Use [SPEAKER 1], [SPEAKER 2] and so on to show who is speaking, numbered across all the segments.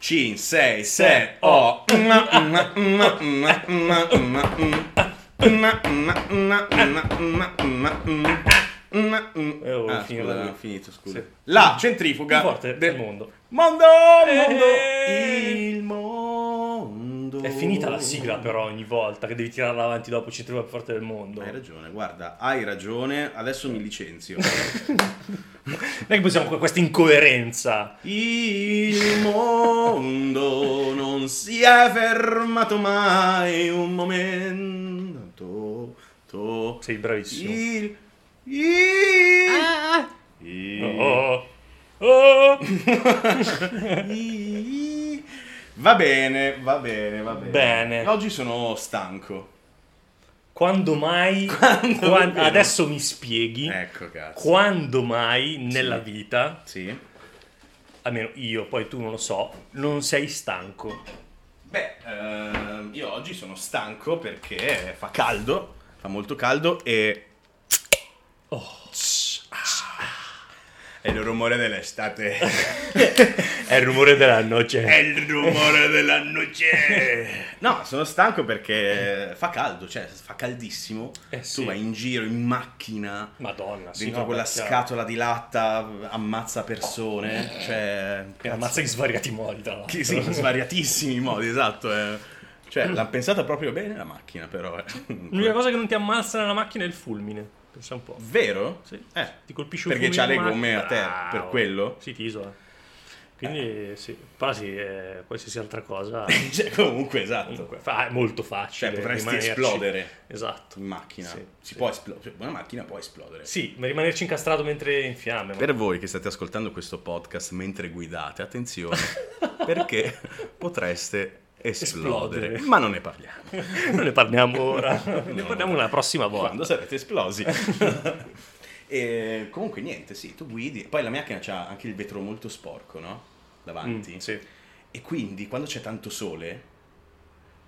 [SPEAKER 1] 5, 6, 7, 8.
[SPEAKER 2] Eh, oh,
[SPEAKER 1] Ah, scusa,
[SPEAKER 2] finito da lì.
[SPEAKER 1] non ho finito, scusa.
[SPEAKER 2] Sì.
[SPEAKER 1] La centrifuga
[SPEAKER 2] Più forte del mondo.
[SPEAKER 1] Mondo, mondo,
[SPEAKER 2] Eh.
[SPEAKER 1] il mondo.
[SPEAKER 2] È finita la sigla però ogni volta che devi tirarla avanti dopo ci trovi più forte del mondo.
[SPEAKER 1] Hai ragione, guarda, hai ragione, adesso mi licenzio.
[SPEAKER 2] Non è che possiamo con questa incoerenza.
[SPEAKER 1] Il mondo non si è fermato mai un momento. To,
[SPEAKER 2] Sei bravissimo.
[SPEAKER 1] il, il, il,
[SPEAKER 2] Oh, oh.
[SPEAKER 1] il- Va bene, va bene, va bene.
[SPEAKER 2] Bene.
[SPEAKER 1] Oggi sono stanco.
[SPEAKER 2] Quando mai...
[SPEAKER 1] Quando-
[SPEAKER 2] quan-
[SPEAKER 1] vero.
[SPEAKER 2] Adesso mi spieghi.
[SPEAKER 1] Ecco, cazzo.
[SPEAKER 2] Quando mai nella vita,
[SPEAKER 1] Sì.
[SPEAKER 2] almeno io, poi tu non lo so, non sei stanco.
[SPEAKER 1] Beh, ehm, io oggi sono stanco perché fa caldo, fa molto caldo e...
[SPEAKER 2] Oh.
[SPEAKER 1] È il rumore dell'estate.
[SPEAKER 2] È il rumore della noce.
[SPEAKER 1] È il rumore della noce. No, sono stanco perché fa caldo, cioè fa caldissimo.
[SPEAKER 2] Eh, sì.
[SPEAKER 1] Tu vai in giro in macchina,
[SPEAKER 2] Madonna, sì,
[SPEAKER 1] dentro
[SPEAKER 2] no,
[SPEAKER 1] quella
[SPEAKER 2] beh, chiaro.
[SPEAKER 1] scatola di latta, ammazza persone. Cioè,
[SPEAKER 2] Che ammazza in svariati modi, tra l'altro.
[SPEAKER 1] Che sì, in svariatissimi modi, esatto. eh. Cioè, l'ha pensata proprio bene la macchina, però. eh.
[SPEAKER 2] L'unica cosa che non ti ammazza nella macchina è il fulmine. Pensa un po'.
[SPEAKER 1] Vero?
[SPEAKER 2] Sì.
[SPEAKER 1] Eh,
[SPEAKER 2] Ti colpisce un
[SPEAKER 1] perché c'ha
[SPEAKER 2] fulmine
[SPEAKER 1] le
[SPEAKER 2] in macchina.
[SPEAKER 1] gomme a terra,
[SPEAKER 2] Bravo.
[SPEAKER 1] per quello?
[SPEAKER 2] Sì, ti isola. Quindi sì. Però sì, eh, qualsiasi altra cosa
[SPEAKER 1] Cioè, comunque, esatto.
[SPEAKER 2] comunque, fa- è molto
[SPEAKER 1] Cioè,
[SPEAKER 2] facile.
[SPEAKER 1] potresti
[SPEAKER 2] rimanerci-
[SPEAKER 1] esplodere
[SPEAKER 2] Esatto.
[SPEAKER 1] in macchina.
[SPEAKER 2] Sì,
[SPEAKER 1] si
[SPEAKER 2] sì.
[SPEAKER 1] può esplodere. una macchina può esplodere.
[SPEAKER 2] Sì, ma rimanerci incastrato mentre è in fiamme. ma-
[SPEAKER 1] Per voi che state ascoltando questo podcast mentre guidate, attenzione, perché potreste esplodere.
[SPEAKER 2] Esplodere.
[SPEAKER 1] Ma non ne parliamo.
[SPEAKER 2] non ne parliamo ora. ne
[SPEAKER 1] No.
[SPEAKER 2] parliamo la prossima volta.
[SPEAKER 1] quando sarete esplosi. e comunque niente, sì, tu guidi. Poi la macchina c'ha anche il vetro molto sporco, no? Davanti.
[SPEAKER 2] Mm, sì.
[SPEAKER 1] E quindi quando c'è tanto sole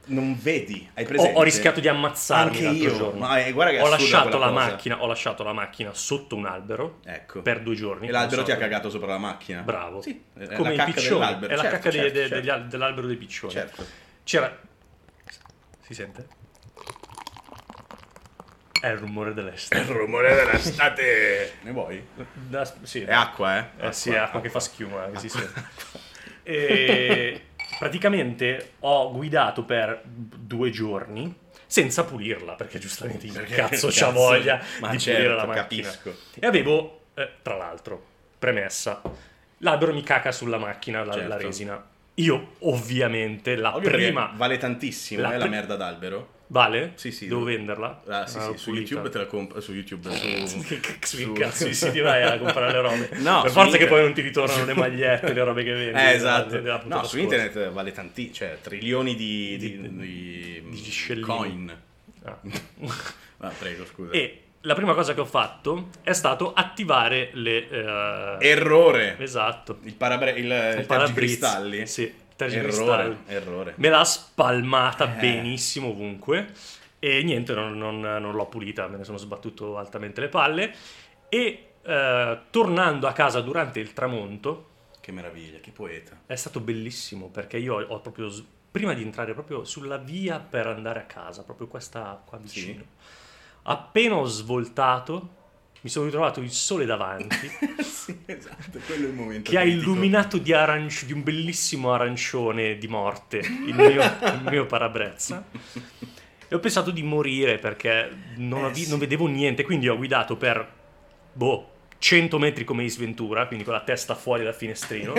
[SPEAKER 1] non vedi, hai
[SPEAKER 2] Ho,
[SPEAKER 1] presente?
[SPEAKER 2] ho rischiato di ammazzarmi
[SPEAKER 1] Anche
[SPEAKER 2] l'altro
[SPEAKER 1] io,
[SPEAKER 2] giorno.
[SPEAKER 1] ma, eh, guarda che
[SPEAKER 2] ho
[SPEAKER 1] assurda
[SPEAKER 2] lasciato
[SPEAKER 1] quella
[SPEAKER 2] la
[SPEAKER 1] cosa.
[SPEAKER 2] macchina, ho lasciato la macchina sotto un albero
[SPEAKER 1] Ecco.
[SPEAKER 2] per due giorni.
[SPEAKER 1] e l'albero
[SPEAKER 2] non
[SPEAKER 1] ti
[SPEAKER 2] so
[SPEAKER 1] ha
[SPEAKER 2] dove.
[SPEAKER 1] cagato sopra la macchina.
[SPEAKER 2] Bravo.
[SPEAKER 1] Sì, è la
[SPEAKER 2] Come i
[SPEAKER 1] cacca
[SPEAKER 2] piccioni.
[SPEAKER 1] dell'albero,
[SPEAKER 2] È la
[SPEAKER 1] certo,
[SPEAKER 2] cacca de-
[SPEAKER 1] certo,
[SPEAKER 2] de-
[SPEAKER 1] certo.
[SPEAKER 2] degli al- dell'albero dei piccioni.
[SPEAKER 1] Certo.
[SPEAKER 2] C'era. Si sente? È il rumore dell'estate.
[SPEAKER 1] rumore dell'estate. ne vuoi?
[SPEAKER 2] Da- sì,
[SPEAKER 1] È acqua, eh?
[SPEAKER 2] eh, sì, è acqua che fa schiuma. eh, che si sente. E praticamente ho guidato per due giorni senza pulirla perché giustamente il
[SPEAKER 1] Perché,
[SPEAKER 2] cazzo c'ha
[SPEAKER 1] cazzo,
[SPEAKER 2] voglia
[SPEAKER 1] ma
[SPEAKER 2] di
[SPEAKER 1] certo,
[SPEAKER 2] pulire la macchina.
[SPEAKER 1] capisco.
[SPEAKER 2] E avevo, eh, tra l'altro, premessa, l'albero mi caca sulla macchina, la, la
[SPEAKER 1] Certo.
[SPEAKER 2] resina. Io ovviamente la
[SPEAKER 1] Ah, Ovvio perché
[SPEAKER 2] prima...
[SPEAKER 1] vale tantissimo,
[SPEAKER 2] la
[SPEAKER 1] eh, la
[SPEAKER 2] pri-
[SPEAKER 1] merda d'albero.
[SPEAKER 2] Vale?
[SPEAKER 1] Sì, sì.
[SPEAKER 2] Devo venderla?
[SPEAKER 1] Ah, sì,
[SPEAKER 2] Ah,
[SPEAKER 1] sì, su
[SPEAKER 2] pulita.
[SPEAKER 1] YouTube te la compro. Su YouTube. Su...
[SPEAKER 2] Che cazzo,
[SPEAKER 1] su-
[SPEAKER 2] che cazzo di siti vai a comprare le robe?
[SPEAKER 1] No,
[SPEAKER 2] per
[SPEAKER 1] su
[SPEAKER 2] forza che
[SPEAKER 1] internet.
[SPEAKER 2] poi non ti ritornano le magliette, le robe che vendi.
[SPEAKER 1] Eh, esatto.
[SPEAKER 2] della- della puntata
[SPEAKER 1] no, su
[SPEAKER 2] scorsa.
[SPEAKER 1] internet vale tanti, cioè trilioni di, di,
[SPEAKER 2] Di-
[SPEAKER 1] di-
[SPEAKER 2] di scellini.
[SPEAKER 1] coin.
[SPEAKER 2] Ah.
[SPEAKER 1] Ah, prego, scusa.
[SPEAKER 2] E la prima cosa che ho fatto è stato attivare le... eh,
[SPEAKER 1] Errore.
[SPEAKER 2] Esatto.
[SPEAKER 1] Il parabre- il, il
[SPEAKER 2] parabrezza.
[SPEAKER 1] tergicristalli.
[SPEAKER 2] Sì,
[SPEAKER 1] Errore,
[SPEAKER 2] tergicristalli.
[SPEAKER 1] errore.
[SPEAKER 2] Me l'ha spalmata
[SPEAKER 1] Eh.
[SPEAKER 2] benissimo ovunque e niente, non, non- non l'ho pulita, me ne sono sbattuto altamente le palle e eh, tornando a casa durante il tramonto
[SPEAKER 1] Che meraviglia, che poeta.
[SPEAKER 2] è stato bellissimo perché io ho proprio, s- prima di entrare proprio sulla via per andare a casa, proprio questa qua vicino, appena ho svoltato mi sono ritrovato il sole davanti
[SPEAKER 1] sì, esatto, quello è il momento.
[SPEAKER 2] che ha
[SPEAKER 1] critico.
[SPEAKER 2] illuminato di, arancio- di un bellissimo arancione di morte il mio, il mio parabrezza. E ho pensato di morire perché non,
[SPEAKER 1] Eh,
[SPEAKER 2] ho vi-
[SPEAKER 1] sì.
[SPEAKER 2] non vedevo niente, quindi ho guidato per boh, 100 metri come in sventura, quindi con la testa fuori dal finestrino.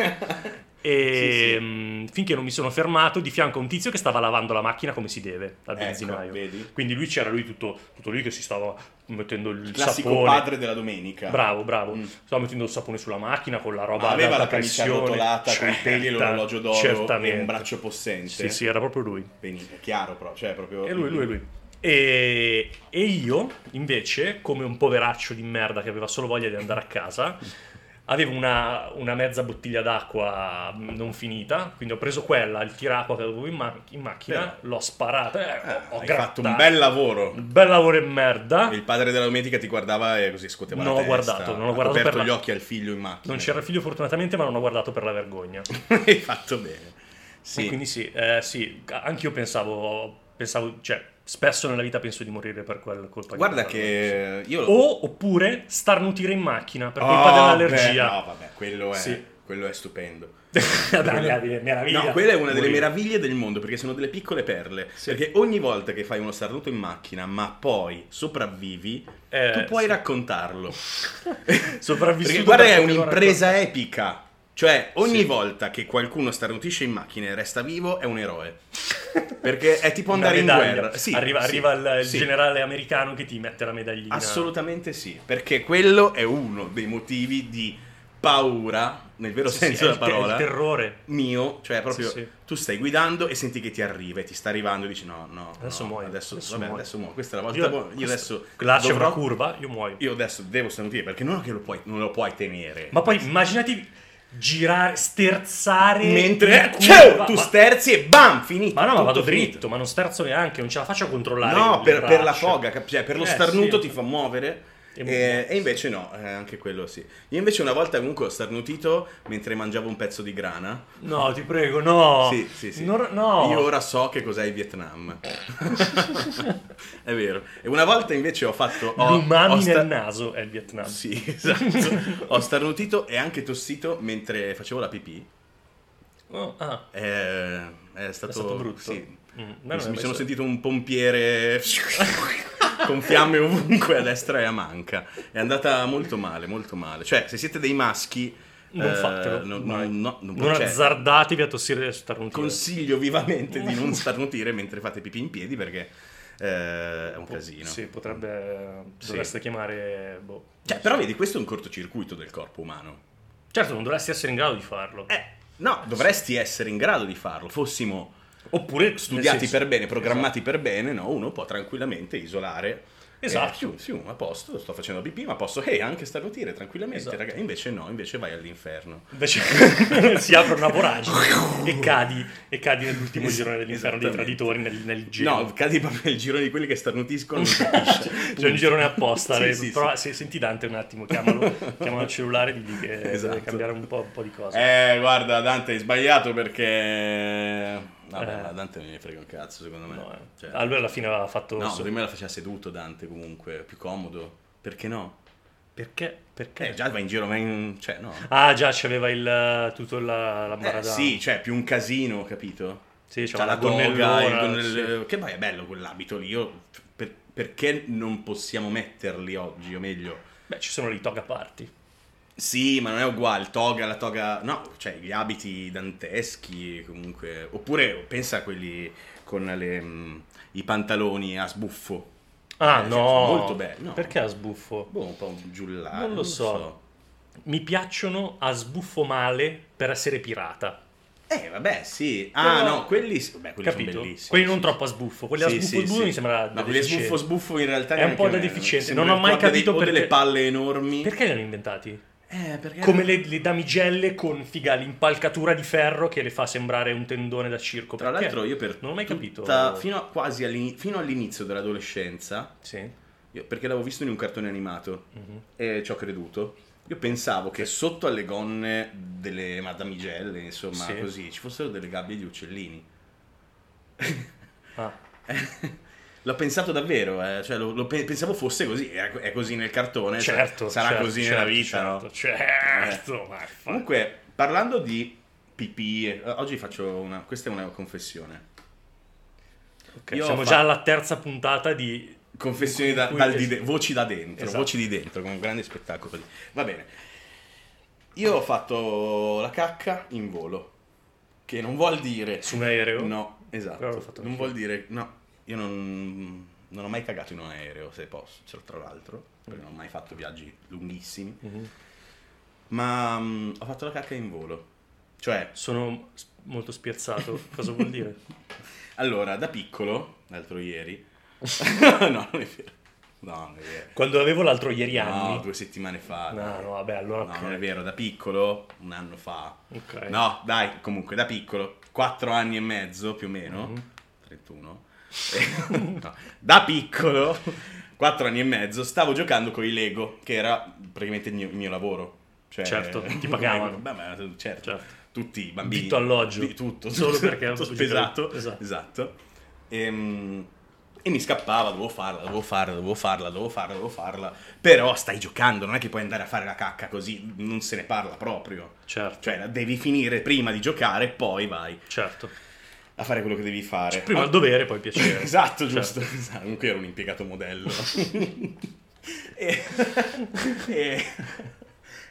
[SPEAKER 2] E
[SPEAKER 1] Sì, sì.
[SPEAKER 2] mh, finché non mi sono fermato di fianco a un tizio che stava lavando la macchina come si deve al
[SPEAKER 1] Ecco,
[SPEAKER 2] benzinaio.
[SPEAKER 1] vedi?
[SPEAKER 2] quindi lui c'era lui tutto, tutto lì che si stava mettendo il
[SPEAKER 1] Classico
[SPEAKER 2] sapone.
[SPEAKER 1] padre della domenica.
[SPEAKER 2] Bravo, bravo.
[SPEAKER 1] Mm.
[SPEAKER 2] Stavo mettendo il sapone sulla macchina con la roba
[SPEAKER 1] Ma aveva
[SPEAKER 2] ad alta
[SPEAKER 1] la camicia
[SPEAKER 2] pressione.
[SPEAKER 1] arrotolata con i peli e
[SPEAKER 2] Certa-
[SPEAKER 1] l'orologio d'oro
[SPEAKER 2] certamente.
[SPEAKER 1] e un braccio possente.
[SPEAKER 2] Sì, sì, era proprio lui.
[SPEAKER 1] Benissimo, chiaro proprio, cioè proprio...
[SPEAKER 2] E lui, lui, lui. E, e io, invece, come un poveraccio di merda che aveva solo voglia di andare a casa, avevo una, una mezza bottiglia d'acqua mh, non finita, quindi ho preso quella, il tiracqua che avevo in, ma- in macchina,
[SPEAKER 1] Però-
[SPEAKER 2] l'ho sparata, eh,
[SPEAKER 1] Ah,
[SPEAKER 2] ho, ho
[SPEAKER 1] hai
[SPEAKER 2] grattato.
[SPEAKER 1] fatto un bel lavoro.
[SPEAKER 2] Un bel lavoro in merda.
[SPEAKER 1] E il padre della domenica ti guardava e così scuoteva
[SPEAKER 2] Non
[SPEAKER 1] la
[SPEAKER 2] ho
[SPEAKER 1] testa.
[SPEAKER 2] guardato, non ho
[SPEAKER 1] ha
[SPEAKER 2] guardato
[SPEAKER 1] coperto
[SPEAKER 2] per la-
[SPEAKER 1] gli occhi al figlio in macchina.
[SPEAKER 2] Non c'era il figlio fortunatamente, ma non ho guardato per la vergogna.
[SPEAKER 1] Hai fatto bene. Sì.
[SPEAKER 2] E quindi sì, eh, sì, anche io pensavo, pensavo, cioè, spesso nella vita penso di morire per quel colpa di
[SPEAKER 1] Guarda
[SPEAKER 2] allergia.
[SPEAKER 1] che io...
[SPEAKER 2] O, oppure, starnutire in macchina per colpa
[SPEAKER 1] Oh,
[SPEAKER 2] dell'allergia.
[SPEAKER 1] beh, no, vabbè, quello è,
[SPEAKER 2] Sì.
[SPEAKER 1] quello è stupendo.
[SPEAKER 2] Dai, meraviglia, meraviglia.
[SPEAKER 1] No, quella è una delle
[SPEAKER 2] Morire.
[SPEAKER 1] meraviglie del mondo perché sono delle piccole perle. Perché ogni volta che fai uno starnuto in macchina, ma poi sopravvivi,
[SPEAKER 2] Eh,
[SPEAKER 1] tu puoi
[SPEAKER 2] sì.
[SPEAKER 1] raccontarlo. Perché
[SPEAKER 2] Sopravvissuto
[SPEAKER 1] guarda, che è
[SPEAKER 2] perché lo
[SPEAKER 1] un'impresa epica. Cioè, ogni
[SPEAKER 2] Sì.
[SPEAKER 1] volta che qualcuno starnutisce in macchina e resta vivo, è un eroe. Perché è tipo
[SPEAKER 2] Una
[SPEAKER 1] andare in
[SPEAKER 2] medaglia.
[SPEAKER 1] guerra. Sì,
[SPEAKER 2] arriva
[SPEAKER 1] sì,
[SPEAKER 2] arriva il, il
[SPEAKER 1] sì.
[SPEAKER 2] generale americano che ti mette la medaglina.
[SPEAKER 1] Assolutamente sì, perché quello è uno dei motivi di paura, nel vero
[SPEAKER 2] Sì, sì,
[SPEAKER 1] senso della
[SPEAKER 2] è il te- è il
[SPEAKER 1] parola,
[SPEAKER 2] terrore.
[SPEAKER 1] mio, cioè proprio
[SPEAKER 2] Sì, sì.
[SPEAKER 1] tu stai guidando e senti che ti arriva e ti sta arrivando e dici no, no,
[SPEAKER 2] Adesso
[SPEAKER 1] no,
[SPEAKER 2] muoio,
[SPEAKER 1] adesso,
[SPEAKER 2] adesso
[SPEAKER 1] vabbè,
[SPEAKER 2] muoio.
[SPEAKER 1] adesso muoio, questa è la volta
[SPEAKER 2] Io-
[SPEAKER 1] buona, io
[SPEAKER 2] questa-
[SPEAKER 1] adesso
[SPEAKER 2] Là c'è
[SPEAKER 1] dovrò-
[SPEAKER 2] una curva, io muoio.
[SPEAKER 1] io adesso devo starnutire perché non è che lo puoi, non lo puoi tenere.
[SPEAKER 2] Ma poi immaginati girare, sterzare
[SPEAKER 1] mentre
[SPEAKER 2] in
[SPEAKER 1] ciao,
[SPEAKER 2] curva.
[SPEAKER 1] tu
[SPEAKER 2] ma,
[SPEAKER 1] sterzi e bam, finito.
[SPEAKER 2] ma no, ma
[SPEAKER 1] tutto
[SPEAKER 2] vado
[SPEAKER 1] finito.
[SPEAKER 2] dritto, ma non sterzo neanche, non ce la faccio a controllare.
[SPEAKER 1] No,
[SPEAKER 2] con le
[SPEAKER 1] per, per la
[SPEAKER 2] braccia.
[SPEAKER 1] foga, cap- cioè per lo
[SPEAKER 2] Eh,
[SPEAKER 1] starnuto
[SPEAKER 2] sì.
[SPEAKER 1] ti fa muovere.
[SPEAKER 2] E
[SPEAKER 1] eh, E,
[SPEAKER 2] muoversi.
[SPEAKER 1] invece no, eh, anche quello sì. Io invece una volta comunque ho starnutito mentre mangiavo un pezzo di grana.
[SPEAKER 2] No, ti prego, no.
[SPEAKER 1] Sì, sì, sì.
[SPEAKER 2] Non- no.
[SPEAKER 1] Io ora so che cos'è il Vietnam. è vero. E una volta invece ho fatto... Ho,
[SPEAKER 2] L'umami
[SPEAKER 1] ho sta-
[SPEAKER 2] nel naso è il Vietnam.
[SPEAKER 1] Sì, esatto. ho starnutito e anche tossito mentre facevo la pipì.
[SPEAKER 2] Oh, ah,
[SPEAKER 1] Eh, È, stato,
[SPEAKER 2] è stato brutto.
[SPEAKER 1] Sì.
[SPEAKER 2] Mm, me
[SPEAKER 1] Mi,
[SPEAKER 2] non è
[SPEAKER 1] mi
[SPEAKER 2] mai
[SPEAKER 1] sono
[SPEAKER 2] stato-
[SPEAKER 1] sentito un pompiere con fiamme ovunque a destra e a manca. È andata molto male, molto male. Cioè, se siete dei maschi,
[SPEAKER 2] Non
[SPEAKER 1] eh,
[SPEAKER 2] fatelo.
[SPEAKER 1] no-
[SPEAKER 2] mai.
[SPEAKER 1] no- no-
[SPEAKER 2] non
[SPEAKER 1] cioè,
[SPEAKER 2] azzardatevi a tossire e starnutire.
[SPEAKER 1] consiglio vivamente di non starnutire mentre fate pipì in piedi perché eh, è un
[SPEAKER 2] Po-
[SPEAKER 1] casino.
[SPEAKER 2] Sì, potrebbe.
[SPEAKER 1] Sì.
[SPEAKER 2] Dovreste chiamare. boh.
[SPEAKER 1] Cioè, però vedi, questo è un cortocircuito del corpo umano.
[SPEAKER 2] Certo, non dovresti essere in grado di farlo.
[SPEAKER 1] Eh, no, dovresti essere in grado di farlo. Fossimo
[SPEAKER 2] Eh, Oppure nel
[SPEAKER 1] studiati
[SPEAKER 2] senso-
[SPEAKER 1] per bene, programmati per bene, no? Uno può tranquillamente isolare.
[SPEAKER 2] Esatto.
[SPEAKER 1] Eh, sì, sì, a posto, sto facendo la pipì, ma posso eh, anche starnutire tranquillamente,
[SPEAKER 2] Esatto.
[SPEAKER 1] raga. Invece no, invece vai all'inferno.
[SPEAKER 2] Invece si apre una voragine e cadi, e cadi nell'ultimo
[SPEAKER 1] Es-
[SPEAKER 2] girone dell'inferno dei
[SPEAKER 1] esattamente.
[SPEAKER 2] traditori nel, nel giro.
[SPEAKER 1] No, cadi proprio nel giro di quelli che starnutiscono. non capisci.
[SPEAKER 2] C'è un girone apposta.
[SPEAKER 1] Sì,
[SPEAKER 2] eh,
[SPEAKER 1] sì,
[SPEAKER 2] però
[SPEAKER 1] sì.
[SPEAKER 2] se- senti Dante un attimo, chiamalo, chiamalo al cellulare di che deve
[SPEAKER 1] Esatto.
[SPEAKER 2] cambiare un po', un po' di cose.
[SPEAKER 1] Eh, guarda, Dante hai sbagliato perché... Vabbè,
[SPEAKER 2] Eh.
[SPEAKER 1] ma Dante non ne frega un cazzo, secondo me.
[SPEAKER 2] No, eh.
[SPEAKER 1] Cioè,
[SPEAKER 2] Ah, lui alla fine aveva fatto.
[SPEAKER 1] no,
[SPEAKER 2] so-
[SPEAKER 1] secondo me la faceva seduto Dante comunque, più comodo. Perché no?
[SPEAKER 2] Perché? Perché?
[SPEAKER 1] Eh, già vai in giro, ma in... Cioè, no.
[SPEAKER 2] Ah, già c'aveva il, eh, tutto la, la barada.
[SPEAKER 1] Eh, sì, cioè più un casino, capito?
[SPEAKER 2] Sì,
[SPEAKER 1] C'ha
[SPEAKER 2] c'aveva
[SPEAKER 1] la
[SPEAKER 2] la
[SPEAKER 1] toga, il
[SPEAKER 2] gonnellona,
[SPEAKER 1] gonnell- che poi è bello quell'abito lì, io- per- perché non possiamo metterli oggi, o meglio,
[SPEAKER 2] sì. Beh, ci sono le toga party.
[SPEAKER 1] Eh, sì, ma non è uguale, toga, la toga, no, cioè gli abiti danteschi, comunque, oppure pensa a quelli con le, mm, i pantaloni a sbuffo,
[SPEAKER 2] Ah,
[SPEAKER 1] Eh,
[SPEAKER 2] no.
[SPEAKER 1] sono molto belli, no.
[SPEAKER 2] Perché a sbuffo?
[SPEAKER 1] boh, un po' un giullare,
[SPEAKER 2] Non lo so. Mi piacciono a sbuffo male per essere pirata.
[SPEAKER 1] Eh, vabbè, sì, ah,
[SPEAKER 2] Però-
[SPEAKER 1] no, quelli, s- beh, quelli sono
[SPEAKER 2] capito?
[SPEAKER 1] bellissimi,
[SPEAKER 2] quelli
[SPEAKER 1] sì,
[SPEAKER 2] non
[SPEAKER 1] sì.
[SPEAKER 2] troppo a sbuffo, quelli
[SPEAKER 1] Sì,
[SPEAKER 2] a sbuffo
[SPEAKER 1] sì,
[SPEAKER 2] sbuffo
[SPEAKER 1] sì.
[SPEAKER 2] mi sembra
[SPEAKER 1] Ma quelli a
[SPEAKER 2] deficiente.
[SPEAKER 1] sbuffo sbuffo in realtà
[SPEAKER 2] È
[SPEAKER 1] neanche
[SPEAKER 2] un po' da
[SPEAKER 1] a me,
[SPEAKER 2] deficiente,
[SPEAKER 1] sembra
[SPEAKER 2] non ho
[SPEAKER 1] il
[SPEAKER 2] mai
[SPEAKER 1] corpo
[SPEAKER 2] capito
[SPEAKER 1] dei- o delle
[SPEAKER 2] perché-
[SPEAKER 1] palle enormi.
[SPEAKER 2] Perché li hanno inventati?
[SPEAKER 1] Eh, perché
[SPEAKER 2] Come le, le damigelle con figa l'impalcatura di ferro che le fa sembrare un tendone da circo.
[SPEAKER 1] Tra
[SPEAKER 2] Perché?
[SPEAKER 1] l'altro io per
[SPEAKER 2] non ho mai capito.
[SPEAKER 1] tutta- fino a- quasi all'ini- fino all'inizio dell'adolescenza,
[SPEAKER 2] Sì.
[SPEAKER 1] io- perché l'avevo visto in un cartone animato
[SPEAKER 2] Mhm.
[SPEAKER 1] e ci ho creduto. Io pensavo che sotto alle gonne delle madamigelle, insomma,
[SPEAKER 2] Sì.
[SPEAKER 1] così, ci fossero delle gabbie di uccellini.
[SPEAKER 2] Ah.
[SPEAKER 1] L'ho pensato davvero, eh, cioè lo, lo pe- pensavo fosse così, è, è così nel cartone, sa-
[SPEAKER 2] certo,
[SPEAKER 1] Eh, sarà
[SPEAKER 2] certo,
[SPEAKER 1] così
[SPEAKER 2] certo,
[SPEAKER 1] nella vita, no? Eh.
[SPEAKER 2] certo, certo, ma fa-
[SPEAKER 1] Comunque, parlando di pipì, eh, oggi faccio una... questa è una confessione.
[SPEAKER 2] Ok,
[SPEAKER 1] io
[SPEAKER 2] siamo
[SPEAKER 1] ho
[SPEAKER 2] già
[SPEAKER 1] fatto-
[SPEAKER 2] alla terza puntata di
[SPEAKER 1] Confessioni da,
[SPEAKER 2] Cui-
[SPEAKER 1] dal di de- voci da dentro,
[SPEAKER 2] Esatto.
[SPEAKER 1] voci di dentro, con un grande spettacolo. lì. Va bene. Io ho fatto la cacca in volo, che non vuol dire...
[SPEAKER 2] su un aereo.
[SPEAKER 1] No,
[SPEAKER 2] Però l'ho
[SPEAKER 1] esatto.
[SPEAKER 2] fatto
[SPEAKER 1] Non
[SPEAKER 2] anch'io.
[SPEAKER 1] vuol dire... No, io non, non ho mai cagato in un aereo, se posso, cioè, tra l'altro, perché non ho mai fatto viaggi lunghissimi.
[SPEAKER 2] Mhm.
[SPEAKER 1] Ma mm, ho fatto la cacca in volo. Cioè,
[SPEAKER 2] Sono s- molto spiazzato. Cosa vuol dire?
[SPEAKER 1] allora, da piccolo, l'altro ieri... no, non è vero. No, non è vero.
[SPEAKER 2] Quando avevo l'altro ieri anni.
[SPEAKER 1] No, due settimane fa.
[SPEAKER 2] No, no, vabbè, allora
[SPEAKER 1] No,
[SPEAKER 2] ok.
[SPEAKER 1] non è vero, da piccolo, un anno fa.
[SPEAKER 2] Ok.
[SPEAKER 1] No, dai, comunque, da piccolo, 4 anni e mezzo più o meno,
[SPEAKER 2] Mhm.
[SPEAKER 1] 31. Eh, no, da piccolo, 4 anni e mezzo, stavo giocando con i Lego, che era praticamente il mio, il mio lavoro. Cioè,
[SPEAKER 2] Certo, ti pagavano.
[SPEAKER 1] Beh, ma, certo.
[SPEAKER 2] Certo.
[SPEAKER 1] tutti i bambini.
[SPEAKER 2] Vitto alloggio.
[SPEAKER 1] Di tutto,
[SPEAKER 2] Solo
[SPEAKER 1] tutto,
[SPEAKER 2] perché è un
[SPEAKER 1] tutto,
[SPEAKER 2] giocato.
[SPEAKER 1] esatto,
[SPEAKER 2] Esatto.
[SPEAKER 1] esatto. Ehm, E, mi scappava, dovevo farla, dovevo farla, dovevo farla, dovevo farla, dovevo farla. Però stai giocando, non è che puoi andare a fare la cacca così, non se ne parla proprio.
[SPEAKER 2] Certo,
[SPEAKER 1] Cioè, la devi finire prima di giocare, poi vai
[SPEAKER 2] certo.
[SPEAKER 1] a fare quello che devi fare.
[SPEAKER 2] Cioè, Prima
[SPEAKER 1] Ah,
[SPEAKER 2] il dovere, poi il piacere.
[SPEAKER 1] Esatto,
[SPEAKER 2] Certo.
[SPEAKER 1] giusto. Esatto. Comunque ero un impiegato modello. e, e-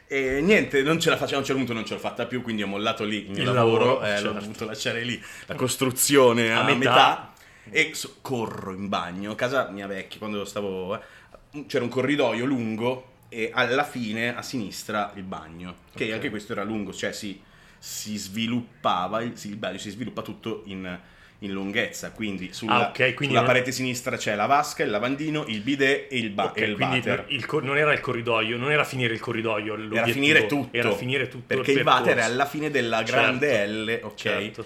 [SPEAKER 1] e niente, non ce la facevo, a un certo punto non ce l'ho fatta più, quindi ho mollato lì il mio
[SPEAKER 2] Il
[SPEAKER 1] lavoro,
[SPEAKER 2] lavoro,
[SPEAKER 1] eh, l'ho
[SPEAKER 2] certo.
[SPEAKER 1] dovuto lasciare lì la costruzione
[SPEAKER 2] A
[SPEAKER 1] a,
[SPEAKER 2] metà.
[SPEAKER 1] metà. e so- corro in bagno, a casa mia vecchia, quando stavo... eh, c'era un corridoio lungo e alla fine a sinistra il bagno, che
[SPEAKER 2] Ok.
[SPEAKER 1] anche questo era lungo, cioè si, si sviluppava, il, si- il bagno si sviluppa tutto in, in lunghezza, quindi sulla,
[SPEAKER 2] Ah, ok, quindi
[SPEAKER 1] sulla
[SPEAKER 2] non-
[SPEAKER 1] parete sinistra c'è la vasca, il lavandino, il bidet e il, ba-
[SPEAKER 2] Ok,
[SPEAKER 1] e il
[SPEAKER 2] quindi
[SPEAKER 1] water.
[SPEAKER 2] il cor- non era il corridoio, non era finire il corridoio. l'obiettivo,
[SPEAKER 1] Era finire tutto.
[SPEAKER 2] Era finire tutto.
[SPEAKER 1] Perché il
[SPEAKER 2] percorso.
[SPEAKER 1] water è alla fine della grande
[SPEAKER 2] Certo,
[SPEAKER 1] L, ok?
[SPEAKER 2] Certo.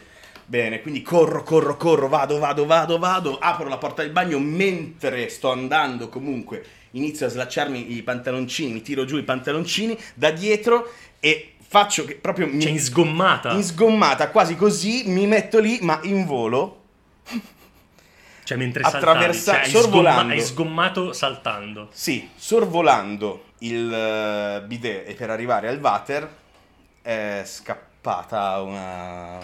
[SPEAKER 1] Bene, quindi corro, corro, corro, vado, vado, vado, vado, apro la porta del bagno mentre sto andando comunque, inizio a slacciarmi i pantaloncini, mi tiro giù i pantaloncini da dietro e faccio che proprio mi,
[SPEAKER 2] Cioè, in sgommata.
[SPEAKER 1] in sgommata, quasi così, mi metto lì ma in volo.
[SPEAKER 2] Cioè, mentre
[SPEAKER 1] attraversa-
[SPEAKER 2] saltavi. Cioè, hai sgomma-
[SPEAKER 1] sorvolando.
[SPEAKER 2] hai sgommato saltando.
[SPEAKER 1] Sì, sorvolando il eh, bidet e per arrivare al water è scappata una,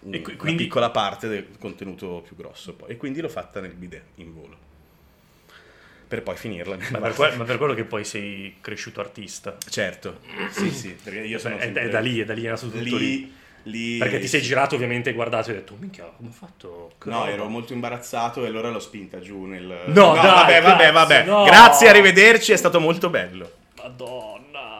[SPEAKER 1] un-
[SPEAKER 2] E qui-
[SPEAKER 1] una
[SPEAKER 2] quindi-
[SPEAKER 1] piccola parte del contenuto più grosso poi. E quindi l'ho fatta nel bidet in volo. Per poi finirla. nel
[SPEAKER 2] Ma per,
[SPEAKER 1] water.
[SPEAKER 2] que- ma per quello che poi sei cresciuto artista. Cioè,
[SPEAKER 1] Certo, sì, sì, perché io sono
[SPEAKER 2] È- è,
[SPEAKER 1] sempre
[SPEAKER 2] da lì, è da lì, è nato tutto lì.
[SPEAKER 1] lì, lì-
[SPEAKER 2] Perché ti sei girato ovviamente, hai guardato e hai detto, "Oh, minchia, come ho fatto? Che
[SPEAKER 1] No,
[SPEAKER 2] roba?"
[SPEAKER 1] ero molto imbarazzato e allora l'ho spinta giù nel...
[SPEAKER 2] No,
[SPEAKER 1] vabbè,
[SPEAKER 2] dai,
[SPEAKER 1] vabbè,
[SPEAKER 2] cazzo,
[SPEAKER 1] vabbè.
[SPEAKER 2] no.
[SPEAKER 1] Grazie, arrivederci, è stato molto bello.
[SPEAKER 2] Madonna.